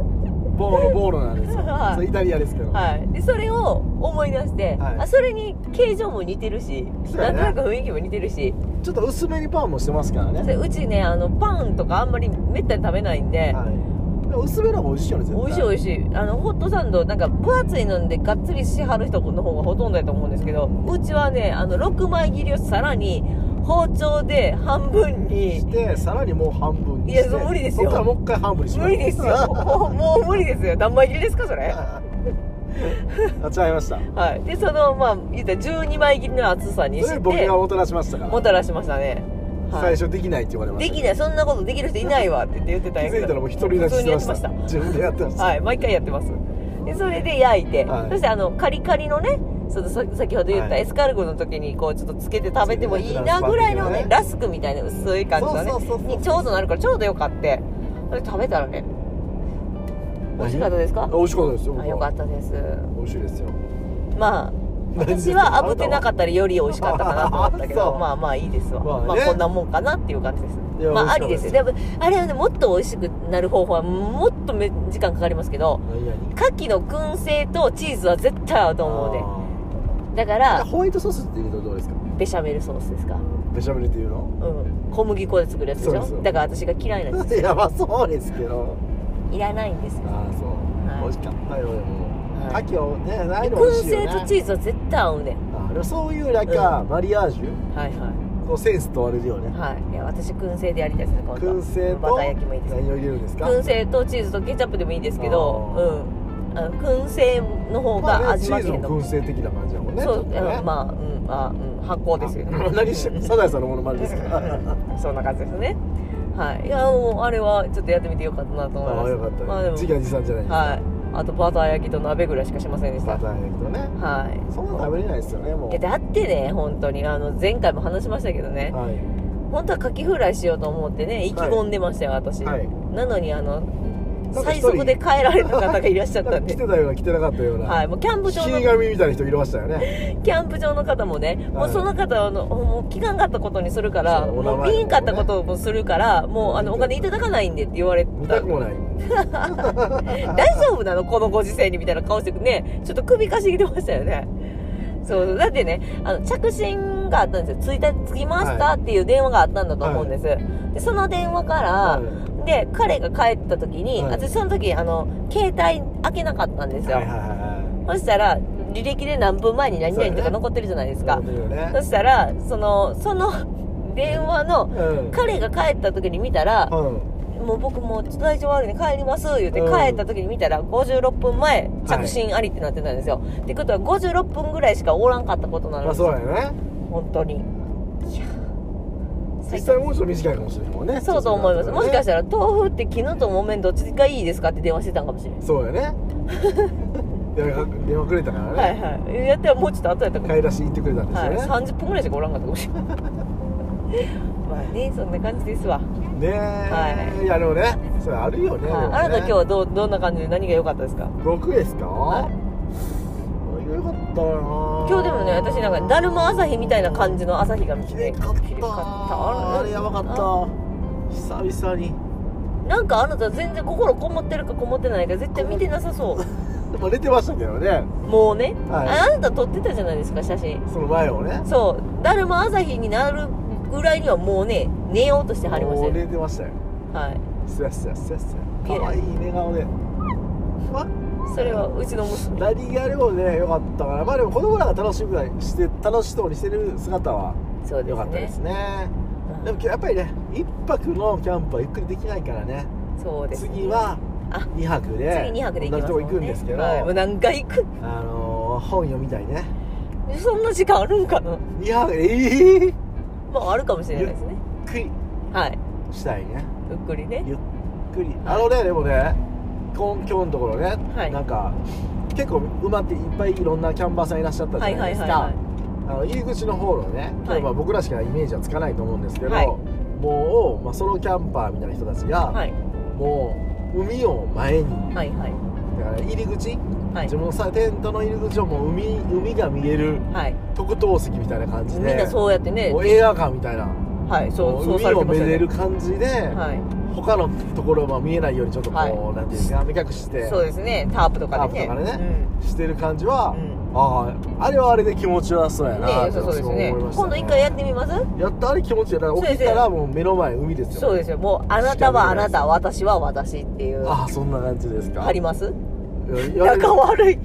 [SPEAKER 2] ボーロボーロなんですよ、
[SPEAKER 1] はい
[SPEAKER 2] それイタリアですけど、
[SPEAKER 1] はいでそれを思い出して、
[SPEAKER 2] はい
[SPEAKER 1] あそれに形状も似てるし、
[SPEAKER 2] そう
[SPEAKER 1] な
[SPEAKER 2] や
[SPEAKER 1] ん
[SPEAKER 2] ね
[SPEAKER 1] となく雰囲気も似てるし
[SPEAKER 2] ちょっと薄めにパンもしてますからね
[SPEAKER 1] それうちねあのパンとかあんまりめったに食べないんで、
[SPEAKER 2] はいでも薄めの方が美味しいよね絶対
[SPEAKER 1] 美味しい美味しいあのホットサンドなんか分厚いのでがっつりしはる人の方がほとんどやと思うんですけどうちはねあの6枚切りをさらに包丁で半分に
[SPEAKER 2] してさらにもう半分に
[SPEAKER 1] い
[SPEAKER 2] して
[SPEAKER 1] やそう無理ですよ
[SPEAKER 2] そっからもう一回半分にしま
[SPEAKER 1] 無理ですよ もうもう無理ですよ何枚切りですかそれ
[SPEAKER 2] あ違いました
[SPEAKER 1] はいでそのまあ言ったら12枚切りの厚さに
[SPEAKER 2] それ
[SPEAKER 1] し
[SPEAKER 2] 僕
[SPEAKER 1] て
[SPEAKER 2] がもたらしましたから
[SPEAKER 1] もたらしましたね、は
[SPEAKER 2] 最
[SPEAKER 1] い、
[SPEAKER 2] 初できないって言われまし
[SPEAKER 1] で
[SPEAKER 2] た
[SPEAKER 1] きないそんなことできる人いないわって言ってたん
[SPEAKER 2] 気
[SPEAKER 1] やけ
[SPEAKER 2] づい
[SPEAKER 1] ど
[SPEAKER 2] たらもう一人立ちしてました
[SPEAKER 1] 普通にやってま
[SPEAKER 2] 自分でやってました、
[SPEAKER 1] はい、毎回やってます。で、それで焼いて、
[SPEAKER 2] はい
[SPEAKER 1] そしてあの、カリカリのね、そのさ先ほど言った
[SPEAKER 2] はい
[SPEAKER 1] エスカルゴの時にこうちょっとつけて食べてもいいな
[SPEAKER 2] そうですね
[SPEAKER 1] ぐらいのね
[SPEAKER 2] フ
[SPEAKER 1] ラスクみたいな薄い感じのね
[SPEAKER 2] そうそうそうそう
[SPEAKER 1] にちょうどなるからちょうどよかってそれ食べたらね美味しかったですか
[SPEAKER 2] 美味しかったですよ
[SPEAKER 1] あよかったです
[SPEAKER 2] 美味しいですよ
[SPEAKER 1] まあ
[SPEAKER 2] 何です
[SPEAKER 1] 私
[SPEAKER 2] か
[SPEAKER 1] は炙ってなかったらより美味しかったかなと思ったけど
[SPEAKER 2] そう
[SPEAKER 1] まあまあいいですわ、
[SPEAKER 2] まあ
[SPEAKER 1] まあ
[SPEAKER 2] ね
[SPEAKER 1] こんなもんかなっていう感じです
[SPEAKER 2] いいや
[SPEAKER 1] まああ
[SPEAKER 2] 美
[SPEAKER 1] り
[SPEAKER 2] 味
[SPEAKER 1] で
[SPEAKER 2] し
[SPEAKER 1] す
[SPEAKER 2] かっ
[SPEAKER 1] よ
[SPEAKER 2] た
[SPEAKER 1] でもあれはねもっと美味しくなる方法はもっとめ時間かかりますけど
[SPEAKER 2] 何々
[SPEAKER 1] 牡蠣の燻製とチーズは絶対合うと思うねだか
[SPEAKER 2] あー
[SPEAKER 1] ら
[SPEAKER 2] ホワイトソースっていうとどうですか
[SPEAKER 1] ベシャメルソースですか
[SPEAKER 2] ベシャメルっていうの
[SPEAKER 1] うん小麦粉で作るやつで
[SPEAKER 2] そ
[SPEAKER 1] し
[SPEAKER 2] う
[SPEAKER 1] ょ
[SPEAKER 2] ですそうです
[SPEAKER 1] だから私が嫌いなや
[SPEAKER 2] いやまあそうですけど
[SPEAKER 1] ついらないんですよ
[SPEAKER 2] ああそう、
[SPEAKER 1] はい
[SPEAKER 2] 美味しかったよでも
[SPEAKER 1] は
[SPEAKER 2] 牡
[SPEAKER 1] い
[SPEAKER 2] 蠣をねないの美味
[SPEAKER 1] 燻
[SPEAKER 2] しいよね
[SPEAKER 1] 製とチーズは絶対合うね
[SPEAKER 2] あでもそういうなんか、マリアージュ
[SPEAKER 1] はいはい
[SPEAKER 2] こうセンス問われるよね
[SPEAKER 1] はいいや私燻製でやりたいですね今度
[SPEAKER 2] 燻製と
[SPEAKER 1] バター焼きもいいです
[SPEAKER 2] 何を入れるんですか
[SPEAKER 1] 燻製とチーズとケチャップでもいいですけどうんあの燻製の方
[SPEAKER 2] ま
[SPEAKER 1] が
[SPEAKER 2] あね、チ
[SPEAKER 1] 味負
[SPEAKER 2] ー
[SPEAKER 1] け
[SPEAKER 2] ズ
[SPEAKER 1] へんの
[SPEAKER 2] も燻製的な感じだもんね
[SPEAKER 1] そう、
[SPEAKER 2] ちょっとね
[SPEAKER 1] うんまあ、うん、あ、うん、発酵ですよね
[SPEAKER 2] あ。何してサザエさんのものまねですかあ
[SPEAKER 1] そんな感じですね。はい、いや、もう、あれは、ちょっとやってみてよかったなと思います。
[SPEAKER 2] あよかった、
[SPEAKER 1] まあ、でも、
[SPEAKER 2] 次は持参じゃない
[SPEAKER 1] はい、あとバター焼きと鍋ぐらいしかしませんでした
[SPEAKER 2] バ。ター焼きとね
[SPEAKER 1] はい。
[SPEAKER 2] そんなの食べれないですよねもう
[SPEAKER 1] いやだってね本当にあの前回も話しましたけどね、
[SPEAKER 2] はい
[SPEAKER 1] 本当はカキフライしようと思ってね意気込んでましたよ、私、
[SPEAKER 2] はい
[SPEAKER 1] なのにあの
[SPEAKER 2] なんか一
[SPEAKER 1] 最
[SPEAKER 2] 人
[SPEAKER 1] 速で帰られる方がいらっしゃっ
[SPEAKER 2] な
[SPEAKER 1] た
[SPEAKER 2] ん
[SPEAKER 1] ん
[SPEAKER 2] か来
[SPEAKER 1] で
[SPEAKER 2] てたような来てなかったような、
[SPEAKER 1] はいもうキャンプ
[SPEAKER 2] 死
[SPEAKER 1] 場の
[SPEAKER 2] 神みたいな人いましたよね
[SPEAKER 1] キャンプ場の方もね、もうその方はあのもう聞かんかったことにするから、
[SPEAKER 2] そうお名前
[SPEAKER 1] も
[SPEAKER 2] も
[SPEAKER 1] う
[SPEAKER 2] ね
[SPEAKER 1] 見んかったこともするから、もうあのお金いただかないんでって言われ
[SPEAKER 2] 見
[SPEAKER 1] た
[SPEAKER 2] た。くもない
[SPEAKER 1] 大丈夫なのこのご時世にみたいな顔してね、ちょっと首かしげてましたよね。そう、だってね、あの、着信があったんですよ。着いた、着きました、
[SPEAKER 2] は
[SPEAKER 1] っていう電話があったんだと思うんです。で、その電話から、
[SPEAKER 2] は
[SPEAKER 1] で、彼が帰った時に、
[SPEAKER 2] はい
[SPEAKER 1] 私その時、あの、携帯開けなかったんです
[SPEAKER 2] い
[SPEAKER 1] よ。
[SPEAKER 2] はいはいは
[SPEAKER 1] そしたら、履歴で何分前に何々とか残ってるじゃないです
[SPEAKER 2] い
[SPEAKER 1] か
[SPEAKER 2] そう。だよね
[SPEAKER 1] そしたら、その、その電話の、
[SPEAKER 2] うん
[SPEAKER 1] 彼が帰った時に見たら、
[SPEAKER 2] うん
[SPEAKER 1] もう僕もうちょっと体調悪いんで帰ります、言うて
[SPEAKER 2] うん
[SPEAKER 1] 帰った時に見たら、56分前、着信ありってなってたんですよ。ってことは、56分ぐらいしかおらんかったことなの
[SPEAKER 2] まあ
[SPEAKER 1] です
[SPEAKER 2] そう
[SPEAKER 1] よ。
[SPEAKER 2] だよね
[SPEAKER 1] 本当に。いや
[SPEAKER 2] 実
[SPEAKER 1] 最
[SPEAKER 2] 際
[SPEAKER 1] 高
[SPEAKER 2] もうちょっと短いかもしれないもんね
[SPEAKER 1] そうと思います。もしかした
[SPEAKER 2] ら
[SPEAKER 1] ら、豆腐って絹と木綿どっちがいいですかって電話してたんかもしれない。
[SPEAKER 2] そうだよね 電話か電話くれたからね、
[SPEAKER 1] はいはい。やったらもうちょっと後やったかもしれない
[SPEAKER 2] 買い出しに行ってくれたんですよ
[SPEAKER 1] はい、
[SPEAKER 2] ね、
[SPEAKER 1] 30分ぐらいしかおらんか ったかもしれないまあねそんな感じですわ、
[SPEAKER 2] ねえ、、
[SPEAKER 1] はい
[SPEAKER 2] やでもねそれあるよね,、
[SPEAKER 1] はい、あなた今日はどうどんな感じで何が良かったですか
[SPEAKER 2] 僕ですか、
[SPEAKER 1] は
[SPEAKER 2] よかったな
[SPEAKER 1] 今日でもね私なんかだるま朝日みたいな感じの朝日が見
[SPEAKER 2] 綺
[SPEAKER 1] て
[SPEAKER 2] 麗
[SPEAKER 1] て
[SPEAKER 2] かった
[SPEAKER 1] 綺麗かった
[SPEAKER 2] あれやばかった久々に
[SPEAKER 1] たなんかあなた全然心こもってるかこもってないか絶対見てなさそう
[SPEAKER 2] まあ寝てましたけどね
[SPEAKER 1] もうね、
[SPEAKER 2] はい
[SPEAKER 1] ああなた撮ってたじゃないですか写真
[SPEAKER 2] その前をね
[SPEAKER 1] そうだるま朝日になるぐらいにはもうね寝ようとしてはりました
[SPEAKER 2] もう
[SPEAKER 1] よ、
[SPEAKER 2] 寝てましたよ
[SPEAKER 1] はい、
[SPEAKER 2] すやすやすやす
[SPEAKER 1] い
[SPEAKER 2] や
[SPEAKER 1] や
[SPEAKER 2] かわいい寝顔でまあ
[SPEAKER 1] それはうちの娘
[SPEAKER 2] 何やりもねよかったからまあでも子供らが楽しくして楽しそうにしてる姿は
[SPEAKER 1] そうですね
[SPEAKER 2] よかったですね
[SPEAKER 1] うん
[SPEAKER 2] でも今日やっぱりね一泊のキャンプはゆっくりできないからね
[SPEAKER 1] そうですね
[SPEAKER 2] 次は
[SPEAKER 1] あ
[SPEAKER 2] 2泊で
[SPEAKER 1] 次2泊で行きます
[SPEAKER 2] 同
[SPEAKER 1] も
[SPEAKER 2] じとこ行
[SPEAKER 1] ね
[SPEAKER 2] くんですけど、
[SPEAKER 1] はい、もう何回行く
[SPEAKER 2] あのー本読みたいね
[SPEAKER 1] そんな時間あるんかな
[SPEAKER 2] 2泊ええー、
[SPEAKER 1] まああるかもしれないですね
[SPEAKER 2] ゆっくり
[SPEAKER 1] はい
[SPEAKER 2] したいね
[SPEAKER 1] ゆっくりね
[SPEAKER 2] ゆっくりあのねでもねこん今日のところね、
[SPEAKER 1] はい
[SPEAKER 2] なんか結構馬っていっぱいいろんなキャンバーさんいらっしゃったじ
[SPEAKER 1] は
[SPEAKER 2] ゃ
[SPEAKER 1] い
[SPEAKER 2] な
[SPEAKER 1] はいい
[SPEAKER 2] ですか、
[SPEAKER 1] はいは
[SPEAKER 2] あの入り口の方のね、
[SPEAKER 1] はい
[SPEAKER 2] まあ僕らしかイメージはつかないと思うんですけど、
[SPEAKER 1] はい
[SPEAKER 2] もう、まあ、ソロキャンパーみたいな人たちが、
[SPEAKER 1] いはい
[SPEAKER 2] もう海を前に
[SPEAKER 1] はいはい
[SPEAKER 2] だから入り口、
[SPEAKER 1] はい
[SPEAKER 2] 自分のさテントの入り口をもう海海が見える
[SPEAKER 1] はい
[SPEAKER 2] 特等席みたいな感じ
[SPEAKER 1] み
[SPEAKER 2] で
[SPEAKER 1] んなそうやってね
[SPEAKER 2] もう映画館みたいな
[SPEAKER 1] はいそ
[SPEAKER 2] も
[SPEAKER 1] う
[SPEAKER 2] う
[SPEAKER 1] そう
[SPEAKER 2] 海
[SPEAKER 1] され
[SPEAKER 2] を
[SPEAKER 1] てま
[SPEAKER 2] め
[SPEAKER 1] した
[SPEAKER 2] で
[SPEAKER 1] よ
[SPEAKER 2] る
[SPEAKER 1] ね
[SPEAKER 2] 感じで、
[SPEAKER 1] は
[SPEAKER 2] 他のところは見えないようにちょっとこう、
[SPEAKER 1] はい
[SPEAKER 2] なんていうんですか目隠し
[SPEAKER 1] い
[SPEAKER 2] て
[SPEAKER 1] そうですねタープとかでね
[SPEAKER 2] タープとかでしてる感じは、
[SPEAKER 1] うん
[SPEAKER 2] あああれはあれで気持ちよさそうや
[SPEAKER 1] うん
[SPEAKER 2] な
[SPEAKER 1] ね
[SPEAKER 2] っ
[SPEAKER 1] そ
[SPEAKER 2] て
[SPEAKER 1] うそうです
[SPEAKER 2] 思
[SPEAKER 1] ね
[SPEAKER 2] いました
[SPEAKER 1] 今度一回やってみます
[SPEAKER 2] やったあれ気持ちいいだか
[SPEAKER 1] そ
[SPEAKER 2] ら
[SPEAKER 1] う
[SPEAKER 2] 起
[SPEAKER 1] で
[SPEAKER 2] き
[SPEAKER 1] すよ
[SPEAKER 2] たらもう目の前海ですよ
[SPEAKER 1] そうですよもうあなたはあなた私は私っていう
[SPEAKER 2] ああそんな感じですか
[SPEAKER 1] あります
[SPEAKER 2] いや
[SPEAKER 1] 仲悪い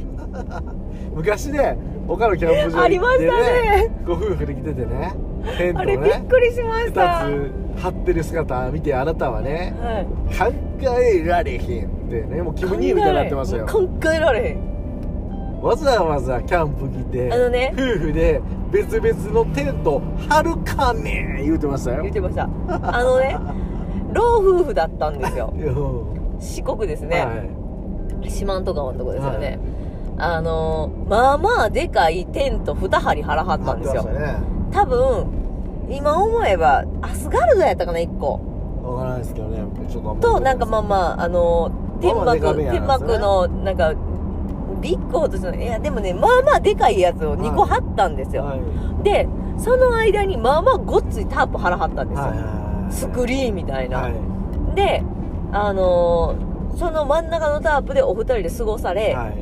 [SPEAKER 2] 昔ね他のキャンプ場
[SPEAKER 1] ありましたね
[SPEAKER 2] ご夫婦で来ててねテント
[SPEAKER 1] あ
[SPEAKER 2] を
[SPEAKER 1] れびっ
[SPEAKER 2] ね
[SPEAKER 1] くりしま
[SPEAKER 2] 2
[SPEAKER 1] した
[SPEAKER 2] つ張ってる姿見てあなたはね
[SPEAKER 1] はい
[SPEAKER 2] 考えられへんってねもう気分にみたいになってましたよ
[SPEAKER 1] 考えられへん
[SPEAKER 2] わざわざキャンプ来て
[SPEAKER 1] あのね
[SPEAKER 2] 夫婦で別々のテント張るかね言うてましたよ
[SPEAKER 1] 言ってましたあのね老夫婦だったんですよ
[SPEAKER 2] うん
[SPEAKER 1] 四国ですね、
[SPEAKER 2] は
[SPEAKER 1] 四万十川のとこですよね、あのまあまあでかいテント2張り腹張
[SPEAKER 2] い
[SPEAKER 1] ったんです
[SPEAKER 2] 張って
[SPEAKER 1] よ
[SPEAKER 2] ましたね
[SPEAKER 1] 多分今思えばアスガルドやったかな1個
[SPEAKER 2] わからないですけどねちょっとあんま
[SPEAKER 1] となんかまあまああの天
[SPEAKER 2] まあまあで
[SPEAKER 1] 幕
[SPEAKER 2] かめや
[SPEAKER 1] 天
[SPEAKER 2] な
[SPEAKER 1] 幕のなんかビッグほどじゃないいやでもねまあまあでかいやつを2個張ったんですよ、
[SPEAKER 2] はい
[SPEAKER 1] でその間にまあまあごっついタープ腹張ったんですよ、
[SPEAKER 2] はいはいはい
[SPEAKER 1] スクリーンみたいな、
[SPEAKER 2] はい
[SPEAKER 1] であのーその真ん中のタープでお二人で過ごされ、
[SPEAKER 2] はい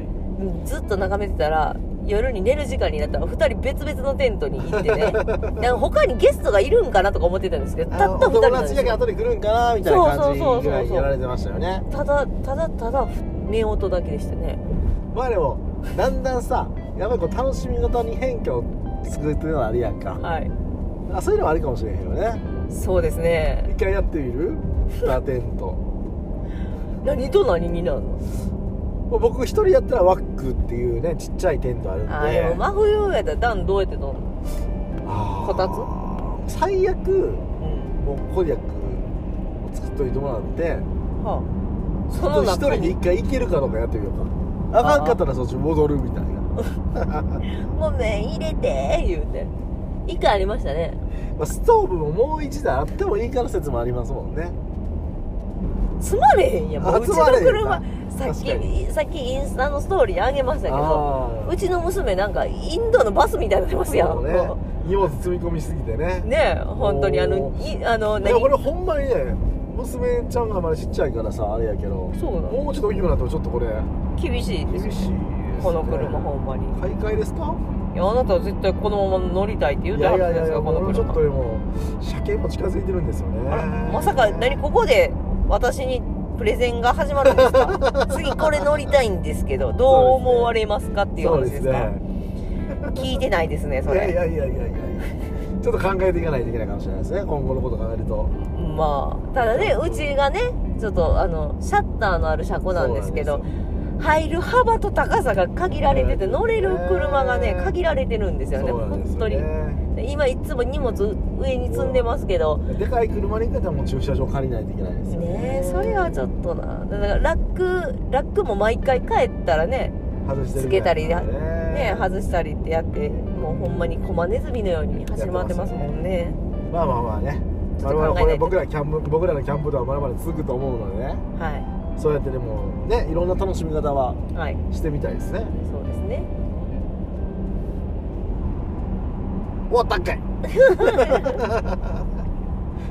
[SPEAKER 1] ずっと眺めてたら夜に寝る時間になったら二人別々のテントに行って ねなんか他にゲストがいるんかなとか思ってたんですけど
[SPEAKER 2] あ
[SPEAKER 1] た
[SPEAKER 2] の
[SPEAKER 1] った
[SPEAKER 2] お
[SPEAKER 1] 二人なんで
[SPEAKER 2] 友達
[SPEAKER 1] す
[SPEAKER 2] だけ
[SPEAKER 1] よ
[SPEAKER 2] 後で来るんかなみたいな感じ
[SPEAKER 1] そうそうそうそうそう
[SPEAKER 2] ぐらいやられてましたよね
[SPEAKER 1] ただただただ目音だけでしたね
[SPEAKER 2] まあでもだんだんさやっぱりこう楽しみ方に変化を作ってるのはあるやんか、
[SPEAKER 1] はい
[SPEAKER 2] あそういうのはあるかもしれへんよね
[SPEAKER 1] そうです
[SPEAKER 2] 一
[SPEAKER 1] ね
[SPEAKER 2] 回やってみるラテント
[SPEAKER 1] 何と何になるの
[SPEAKER 2] まあ僕一人やったらワックっていうねちっちゃいテントあるんで
[SPEAKER 1] あーでも真冬やったら暖どうやって飲むの
[SPEAKER 2] あー
[SPEAKER 1] こた
[SPEAKER 2] 最悪
[SPEAKER 1] うん
[SPEAKER 2] もうコリャックを作っといてもらって
[SPEAKER 1] はあその
[SPEAKER 2] 一人
[SPEAKER 1] 中
[SPEAKER 2] で
[SPEAKER 1] に
[SPEAKER 2] 一回行けるかどうかやってみようかあかんかったらそっち戻る みたいな
[SPEAKER 1] 「ごめん入れて」言うて一回ありましたね
[SPEAKER 2] まあ、ストーブももう一台あってもいいから説もありますもんね
[SPEAKER 1] 積まれへんやんもう
[SPEAKER 2] あ
[SPEAKER 1] うち
[SPEAKER 2] 積ま
[SPEAKER 1] の
[SPEAKER 2] れへんな
[SPEAKER 1] 車さっ
[SPEAKER 2] 確か
[SPEAKER 1] きさっきインスタのストーリーにあげましたけど
[SPEAKER 2] あ
[SPEAKER 1] うちの娘なんかインドのバスみたいになってますやん
[SPEAKER 2] ね荷物積み込みすぎてね
[SPEAKER 1] ねえ本当にあの
[SPEAKER 2] お
[SPEAKER 1] いあの
[SPEAKER 2] で
[SPEAKER 1] 何
[SPEAKER 2] もこれほんまにね娘ちゃんがまだちっちゃいからさあれやけども
[SPEAKER 1] そうなの
[SPEAKER 2] うちょっと大きくなってもちょっとこれ
[SPEAKER 1] 厳しいです
[SPEAKER 2] 厳しいです、ね、
[SPEAKER 1] この車ほんまに
[SPEAKER 2] 買い替えですか
[SPEAKER 1] いやあなたは絶対このまま乗りたいって言う
[SPEAKER 2] い
[SPEAKER 1] ては
[SPEAKER 2] やい
[SPEAKER 1] る
[SPEAKER 2] や
[SPEAKER 1] んで
[SPEAKER 2] いや
[SPEAKER 1] す
[SPEAKER 2] いや
[SPEAKER 1] よこ
[SPEAKER 2] もう
[SPEAKER 1] の
[SPEAKER 2] 俺もちょっ
[SPEAKER 1] 車
[SPEAKER 2] ともう車検も近づいてるんですよね
[SPEAKER 1] あらまさか何ここで私にプレゼンが始まるんです か次これ乗りたいんですけどどう思われますかっていう
[SPEAKER 2] そう
[SPEAKER 1] 話
[SPEAKER 2] で
[SPEAKER 1] ですすか
[SPEAKER 2] ね
[SPEAKER 1] 聞いてないですねそ
[SPEAKER 2] いや
[SPEAKER 1] れ
[SPEAKER 2] いやいやいやいやいやちょっと考えていかないといけないかもしれないですね今後のこと考えると
[SPEAKER 1] まあただねうちがねちょっとあのシャッターのある車庫なんですけ
[SPEAKER 2] そう
[SPEAKER 1] ど
[SPEAKER 2] なんで
[SPEAKER 1] 入る幅と高さが限られてて
[SPEAKER 2] ね
[SPEAKER 1] 乗れる車がね限られてるんですよね
[SPEAKER 2] そうなんです
[SPEAKER 1] 本
[SPEAKER 2] よ
[SPEAKER 1] 当に
[SPEAKER 2] ね
[SPEAKER 1] 今いつも荷物上に積んでますけど
[SPEAKER 2] でかい車に行けたらもう駐車場借りないといけないですよね
[SPEAKER 1] ねえそれはちょっとなだからラックラックも毎回帰ったらね
[SPEAKER 2] 外してる
[SPEAKER 1] つけたり
[SPEAKER 2] ね
[SPEAKER 1] だねえ外したりってやってもうほんまにコマネズミのように走り回ってますもんね
[SPEAKER 2] まあまあまあね
[SPEAKER 1] ちょっ
[SPEAKER 2] 我
[SPEAKER 1] と考え
[SPEAKER 2] 々
[SPEAKER 1] な
[SPEAKER 2] これ
[SPEAKER 1] いと
[SPEAKER 2] 僕らキャンプ僕らのキャンプではまだまだ続くと思うのでね
[SPEAKER 1] は
[SPEAKER 2] そうやってでもねいろんな楽しみ方はい
[SPEAKER 1] はい
[SPEAKER 2] してみたいですね
[SPEAKER 1] そうですね
[SPEAKER 2] おったっかい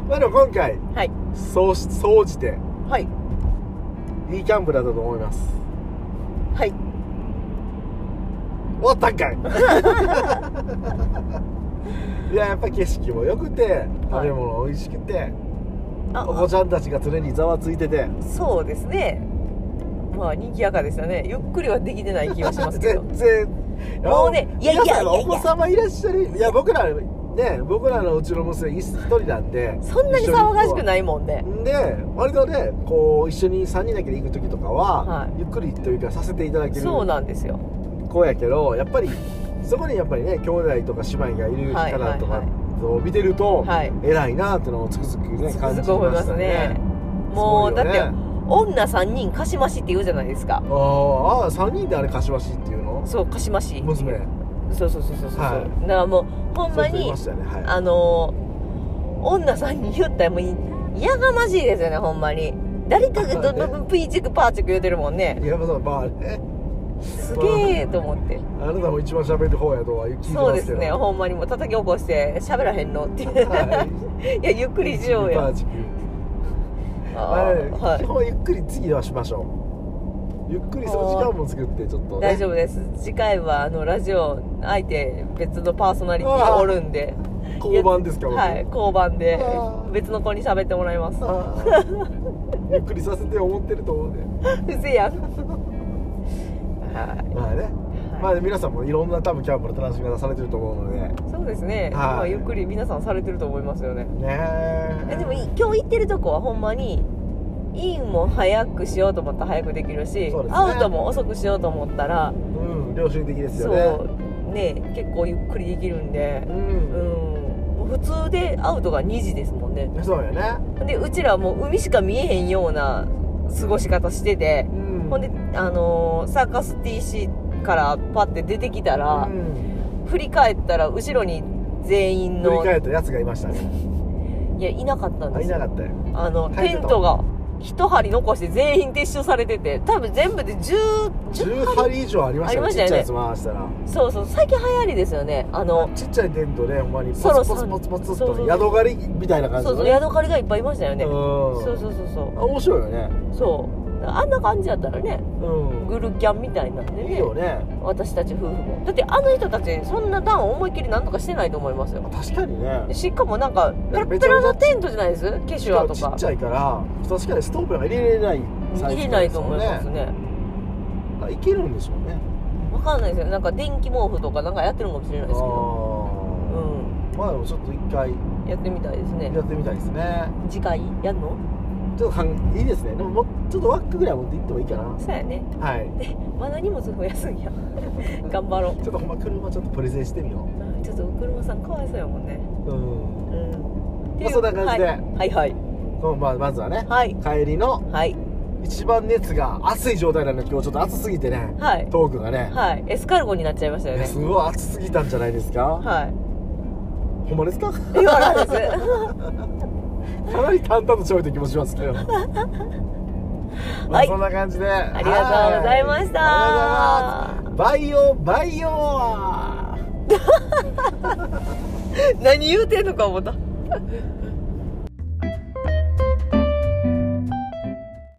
[SPEAKER 2] まあでも今回
[SPEAKER 1] はい
[SPEAKER 2] そうし総じて
[SPEAKER 1] はい
[SPEAKER 2] いいキャンプだったと思います
[SPEAKER 1] はい
[SPEAKER 2] おったっかい いややっぱ景色も良くて食べ物美味しくて、
[SPEAKER 1] あ
[SPEAKER 2] お子ちゃんたちが常にざわついてて
[SPEAKER 1] そうですねまあ賑やかでしたねゆっくりはできてない気がしますけど
[SPEAKER 2] 全然
[SPEAKER 1] もうねいやいや
[SPEAKER 2] 皆さん
[SPEAKER 1] い
[SPEAKER 2] の
[SPEAKER 1] やい
[SPEAKER 2] お
[SPEAKER 1] や
[SPEAKER 2] 子様いらっしゃるいや僕らね僕らのうちの娘一人なんで
[SPEAKER 1] そんなに騒がしく
[SPEAKER 2] い
[SPEAKER 1] ないもんね
[SPEAKER 2] で割とねこう一緒に3人だけで行く時とかは、
[SPEAKER 1] はい
[SPEAKER 2] ゆっくりというかさせていただける
[SPEAKER 1] そうなんですよ
[SPEAKER 2] 子やけどやっぱりそこにやっぱりね兄弟とか姉妹がいる
[SPEAKER 1] はい
[SPEAKER 2] からと
[SPEAKER 1] はいは
[SPEAKER 2] か
[SPEAKER 1] い
[SPEAKER 2] を見てると、
[SPEAKER 1] はい
[SPEAKER 2] 偉いなってのをつくづくね
[SPEAKER 1] つく
[SPEAKER 2] 感
[SPEAKER 1] づ
[SPEAKER 2] じ
[SPEAKER 1] く思い
[SPEAKER 2] ま
[SPEAKER 1] ま
[SPEAKER 2] し
[SPEAKER 1] す
[SPEAKER 2] た
[SPEAKER 1] ね
[SPEAKER 2] ね
[SPEAKER 1] もう
[SPEAKER 2] す
[SPEAKER 1] だっ
[SPEAKER 2] ごいよ
[SPEAKER 1] て
[SPEAKER 2] ね
[SPEAKER 1] 女3人かしましって言うじゃないですか
[SPEAKER 2] あーあー3人であれ貸ししっていうの
[SPEAKER 1] そうかしまし
[SPEAKER 2] 娘
[SPEAKER 1] そうそうそうそうそう、
[SPEAKER 2] はい
[SPEAKER 1] だからもうほんま
[SPEAKER 2] そう言い
[SPEAKER 1] に
[SPEAKER 2] ましたよねはい
[SPEAKER 1] あの女さんに言ったらもうやがましいですよねほんまに誰かがどんどんピーチクパーチク言うてるもんね
[SPEAKER 2] いやまあまあね
[SPEAKER 1] すげえと思って
[SPEAKER 2] あなたも一番喋る方やとは聞いて
[SPEAKER 1] そう
[SPEAKER 2] ま
[SPEAKER 1] です
[SPEAKER 2] けど
[SPEAKER 1] すねほんまにもう叩き起こして喋らへんのっていう
[SPEAKER 2] はい
[SPEAKER 1] いやゆっくりしよう
[SPEAKER 2] パ
[SPEAKER 1] や
[SPEAKER 2] ーチキ
[SPEAKER 1] あー
[SPEAKER 2] は、
[SPEAKER 1] はい
[SPEAKER 2] 基
[SPEAKER 1] い
[SPEAKER 2] 本ゆっくり次はしましょうゆっくりその時間も作ってちょっと、ね、
[SPEAKER 1] 大丈
[SPEAKER 2] 夫
[SPEAKER 1] 夫です次回はあのラジオ相手別のパーソナリティがおるんで
[SPEAKER 2] 交番ですか
[SPEAKER 1] はい交番で
[SPEAKER 2] あー
[SPEAKER 1] 別の子に喋ってもらいます
[SPEAKER 2] 僕あーゆっくりさせて思ってると思うんで
[SPEAKER 1] う せやんはい
[SPEAKER 2] まあね、まあ皆さんもいろんな多分キャンプの楽しみ方されてると思うので
[SPEAKER 1] そうですね、
[SPEAKER 2] はい
[SPEAKER 1] まあ、ゆっくり皆さんされてると思いますよね
[SPEAKER 2] ね
[SPEAKER 1] え
[SPEAKER 2] え
[SPEAKER 1] でもい今日行ってるとこはほんまにインも早くしようと思ったら早くできるし、
[SPEAKER 2] そうですね
[SPEAKER 1] アウトも遅くしようと思ったら、
[SPEAKER 2] うん良心的ですよ
[SPEAKER 1] そ
[SPEAKER 2] ね
[SPEAKER 1] うね結構ゆっくりできるんで
[SPEAKER 2] う
[SPEAKER 1] うん
[SPEAKER 2] ん、
[SPEAKER 1] もう普通でアウトが2時ですもんね
[SPEAKER 2] そうよね、
[SPEAKER 1] でうちらはもう海しか見えへんような過ごし方してて
[SPEAKER 2] うん、
[SPEAKER 1] ほんで、あのーサーカス TC からパッて出てきた
[SPEAKER 2] う
[SPEAKER 1] ら、
[SPEAKER 2] ん、
[SPEAKER 1] 振り返ったら後ろに全員
[SPEAKER 2] 振り
[SPEAKER 1] の
[SPEAKER 2] 返ったやつがいましたね
[SPEAKER 1] いやいなかったん
[SPEAKER 2] あ
[SPEAKER 1] で
[SPEAKER 2] い
[SPEAKER 1] すよ
[SPEAKER 2] なかったよ
[SPEAKER 1] あの
[SPEAKER 2] 帰って
[SPEAKER 1] テ
[SPEAKER 2] た
[SPEAKER 1] ントが一針残して全員撤収されてて、多分全部で10、
[SPEAKER 2] 10
[SPEAKER 1] 10
[SPEAKER 2] 針以上ありました
[SPEAKER 1] あり
[SPEAKER 2] ね
[SPEAKER 1] まし
[SPEAKER 2] ち
[SPEAKER 1] た
[SPEAKER 2] っ
[SPEAKER 1] よ
[SPEAKER 2] ちゃい
[SPEAKER 1] ね
[SPEAKER 2] やつ回したら
[SPEAKER 1] そうそう、最近流行りですよね。あの、
[SPEAKER 2] ちっちゃいテントでほんまにポ
[SPEAKER 1] そろ
[SPEAKER 2] ツ
[SPEAKER 1] そ
[SPEAKER 2] ポ
[SPEAKER 1] ろ
[SPEAKER 2] ツポツポツ
[SPEAKER 1] そ
[SPEAKER 2] っ
[SPEAKER 1] うそうそ
[SPEAKER 2] と
[SPEAKER 1] う
[SPEAKER 2] 宿狩りみたいな感じ
[SPEAKER 1] そう
[SPEAKER 2] の
[SPEAKER 1] そう、
[SPEAKER 2] ね
[SPEAKER 1] ヤドカリがいっぱいいましたよね。
[SPEAKER 2] うん
[SPEAKER 1] そうそうそうそう。
[SPEAKER 2] あ面白いよね
[SPEAKER 1] そう。あんな感じだったらね、
[SPEAKER 2] う
[SPEAKER 1] グルキャンみたいなんで
[SPEAKER 2] ん
[SPEAKER 1] ね。
[SPEAKER 2] いいよね
[SPEAKER 1] 私たち夫婦も。だってあの人たち、そんなダウン思いっきりなんとかしてないと思いますよ。
[SPEAKER 2] 確かにね
[SPEAKER 1] しかもなんか、ペラ
[SPEAKER 2] め
[SPEAKER 1] ペ
[SPEAKER 2] ちゃめ
[SPEAKER 1] ラ
[SPEAKER 2] ちゃ
[SPEAKER 1] のテントじゃないですケシュアと
[SPEAKER 2] しかも
[SPEAKER 1] か
[SPEAKER 2] ちっち。ゃいから確かにストーブが入れれないサイ
[SPEAKER 1] 入れ
[SPEAKER 2] ズな
[SPEAKER 1] なん
[SPEAKER 2] で
[SPEAKER 1] い
[SPEAKER 2] す
[SPEAKER 1] と
[SPEAKER 2] よ
[SPEAKER 1] 思いますね。
[SPEAKER 2] あいけるんでしょうね
[SPEAKER 1] わかんないですよ。なんか電気毛布とかなんかやってるのかもしれない
[SPEAKER 2] あ
[SPEAKER 1] ですけど。
[SPEAKER 2] ーまあでもちょっと一回
[SPEAKER 1] うん。やってみたいですね
[SPEAKER 2] や。ってみたいですね
[SPEAKER 1] 次回やんの
[SPEAKER 2] ちょっとかんいいですねでももうちょっとワックぐらい持って行ってもいいかな
[SPEAKER 1] そうやね。
[SPEAKER 2] はい
[SPEAKER 1] まだ荷物増やすんや。頑張ろう
[SPEAKER 2] ちょっとほんま車ちょっとプレゼンしてみよ
[SPEAKER 1] うん。ちょっと車さんかわいそうやもんね。
[SPEAKER 2] うう
[SPEAKER 1] う
[SPEAKER 2] ん
[SPEAKER 1] ん。
[SPEAKER 2] まあそんな感じで
[SPEAKER 1] はいはい
[SPEAKER 2] このまあまずはね
[SPEAKER 1] はい
[SPEAKER 2] 帰りの
[SPEAKER 1] はい
[SPEAKER 2] 一番熱が熱い状態なの今日ちょっと暑すぎてね
[SPEAKER 1] はい
[SPEAKER 2] トークがね
[SPEAKER 1] はいエスカルゴになっちゃいましたよ
[SPEAKER 2] いや
[SPEAKER 1] ね
[SPEAKER 2] すごい暑すぎたんじゃないですか
[SPEAKER 1] はい
[SPEAKER 2] ほんまですか
[SPEAKER 1] 言わないです
[SPEAKER 2] かなり淡々と喋った気もしますけどまあ
[SPEAKER 1] はい
[SPEAKER 2] そんな感じであ
[SPEAKER 1] りがとうございました
[SPEAKER 2] ありがとうございますバイオバイオは
[SPEAKER 1] 何言うてんのか思った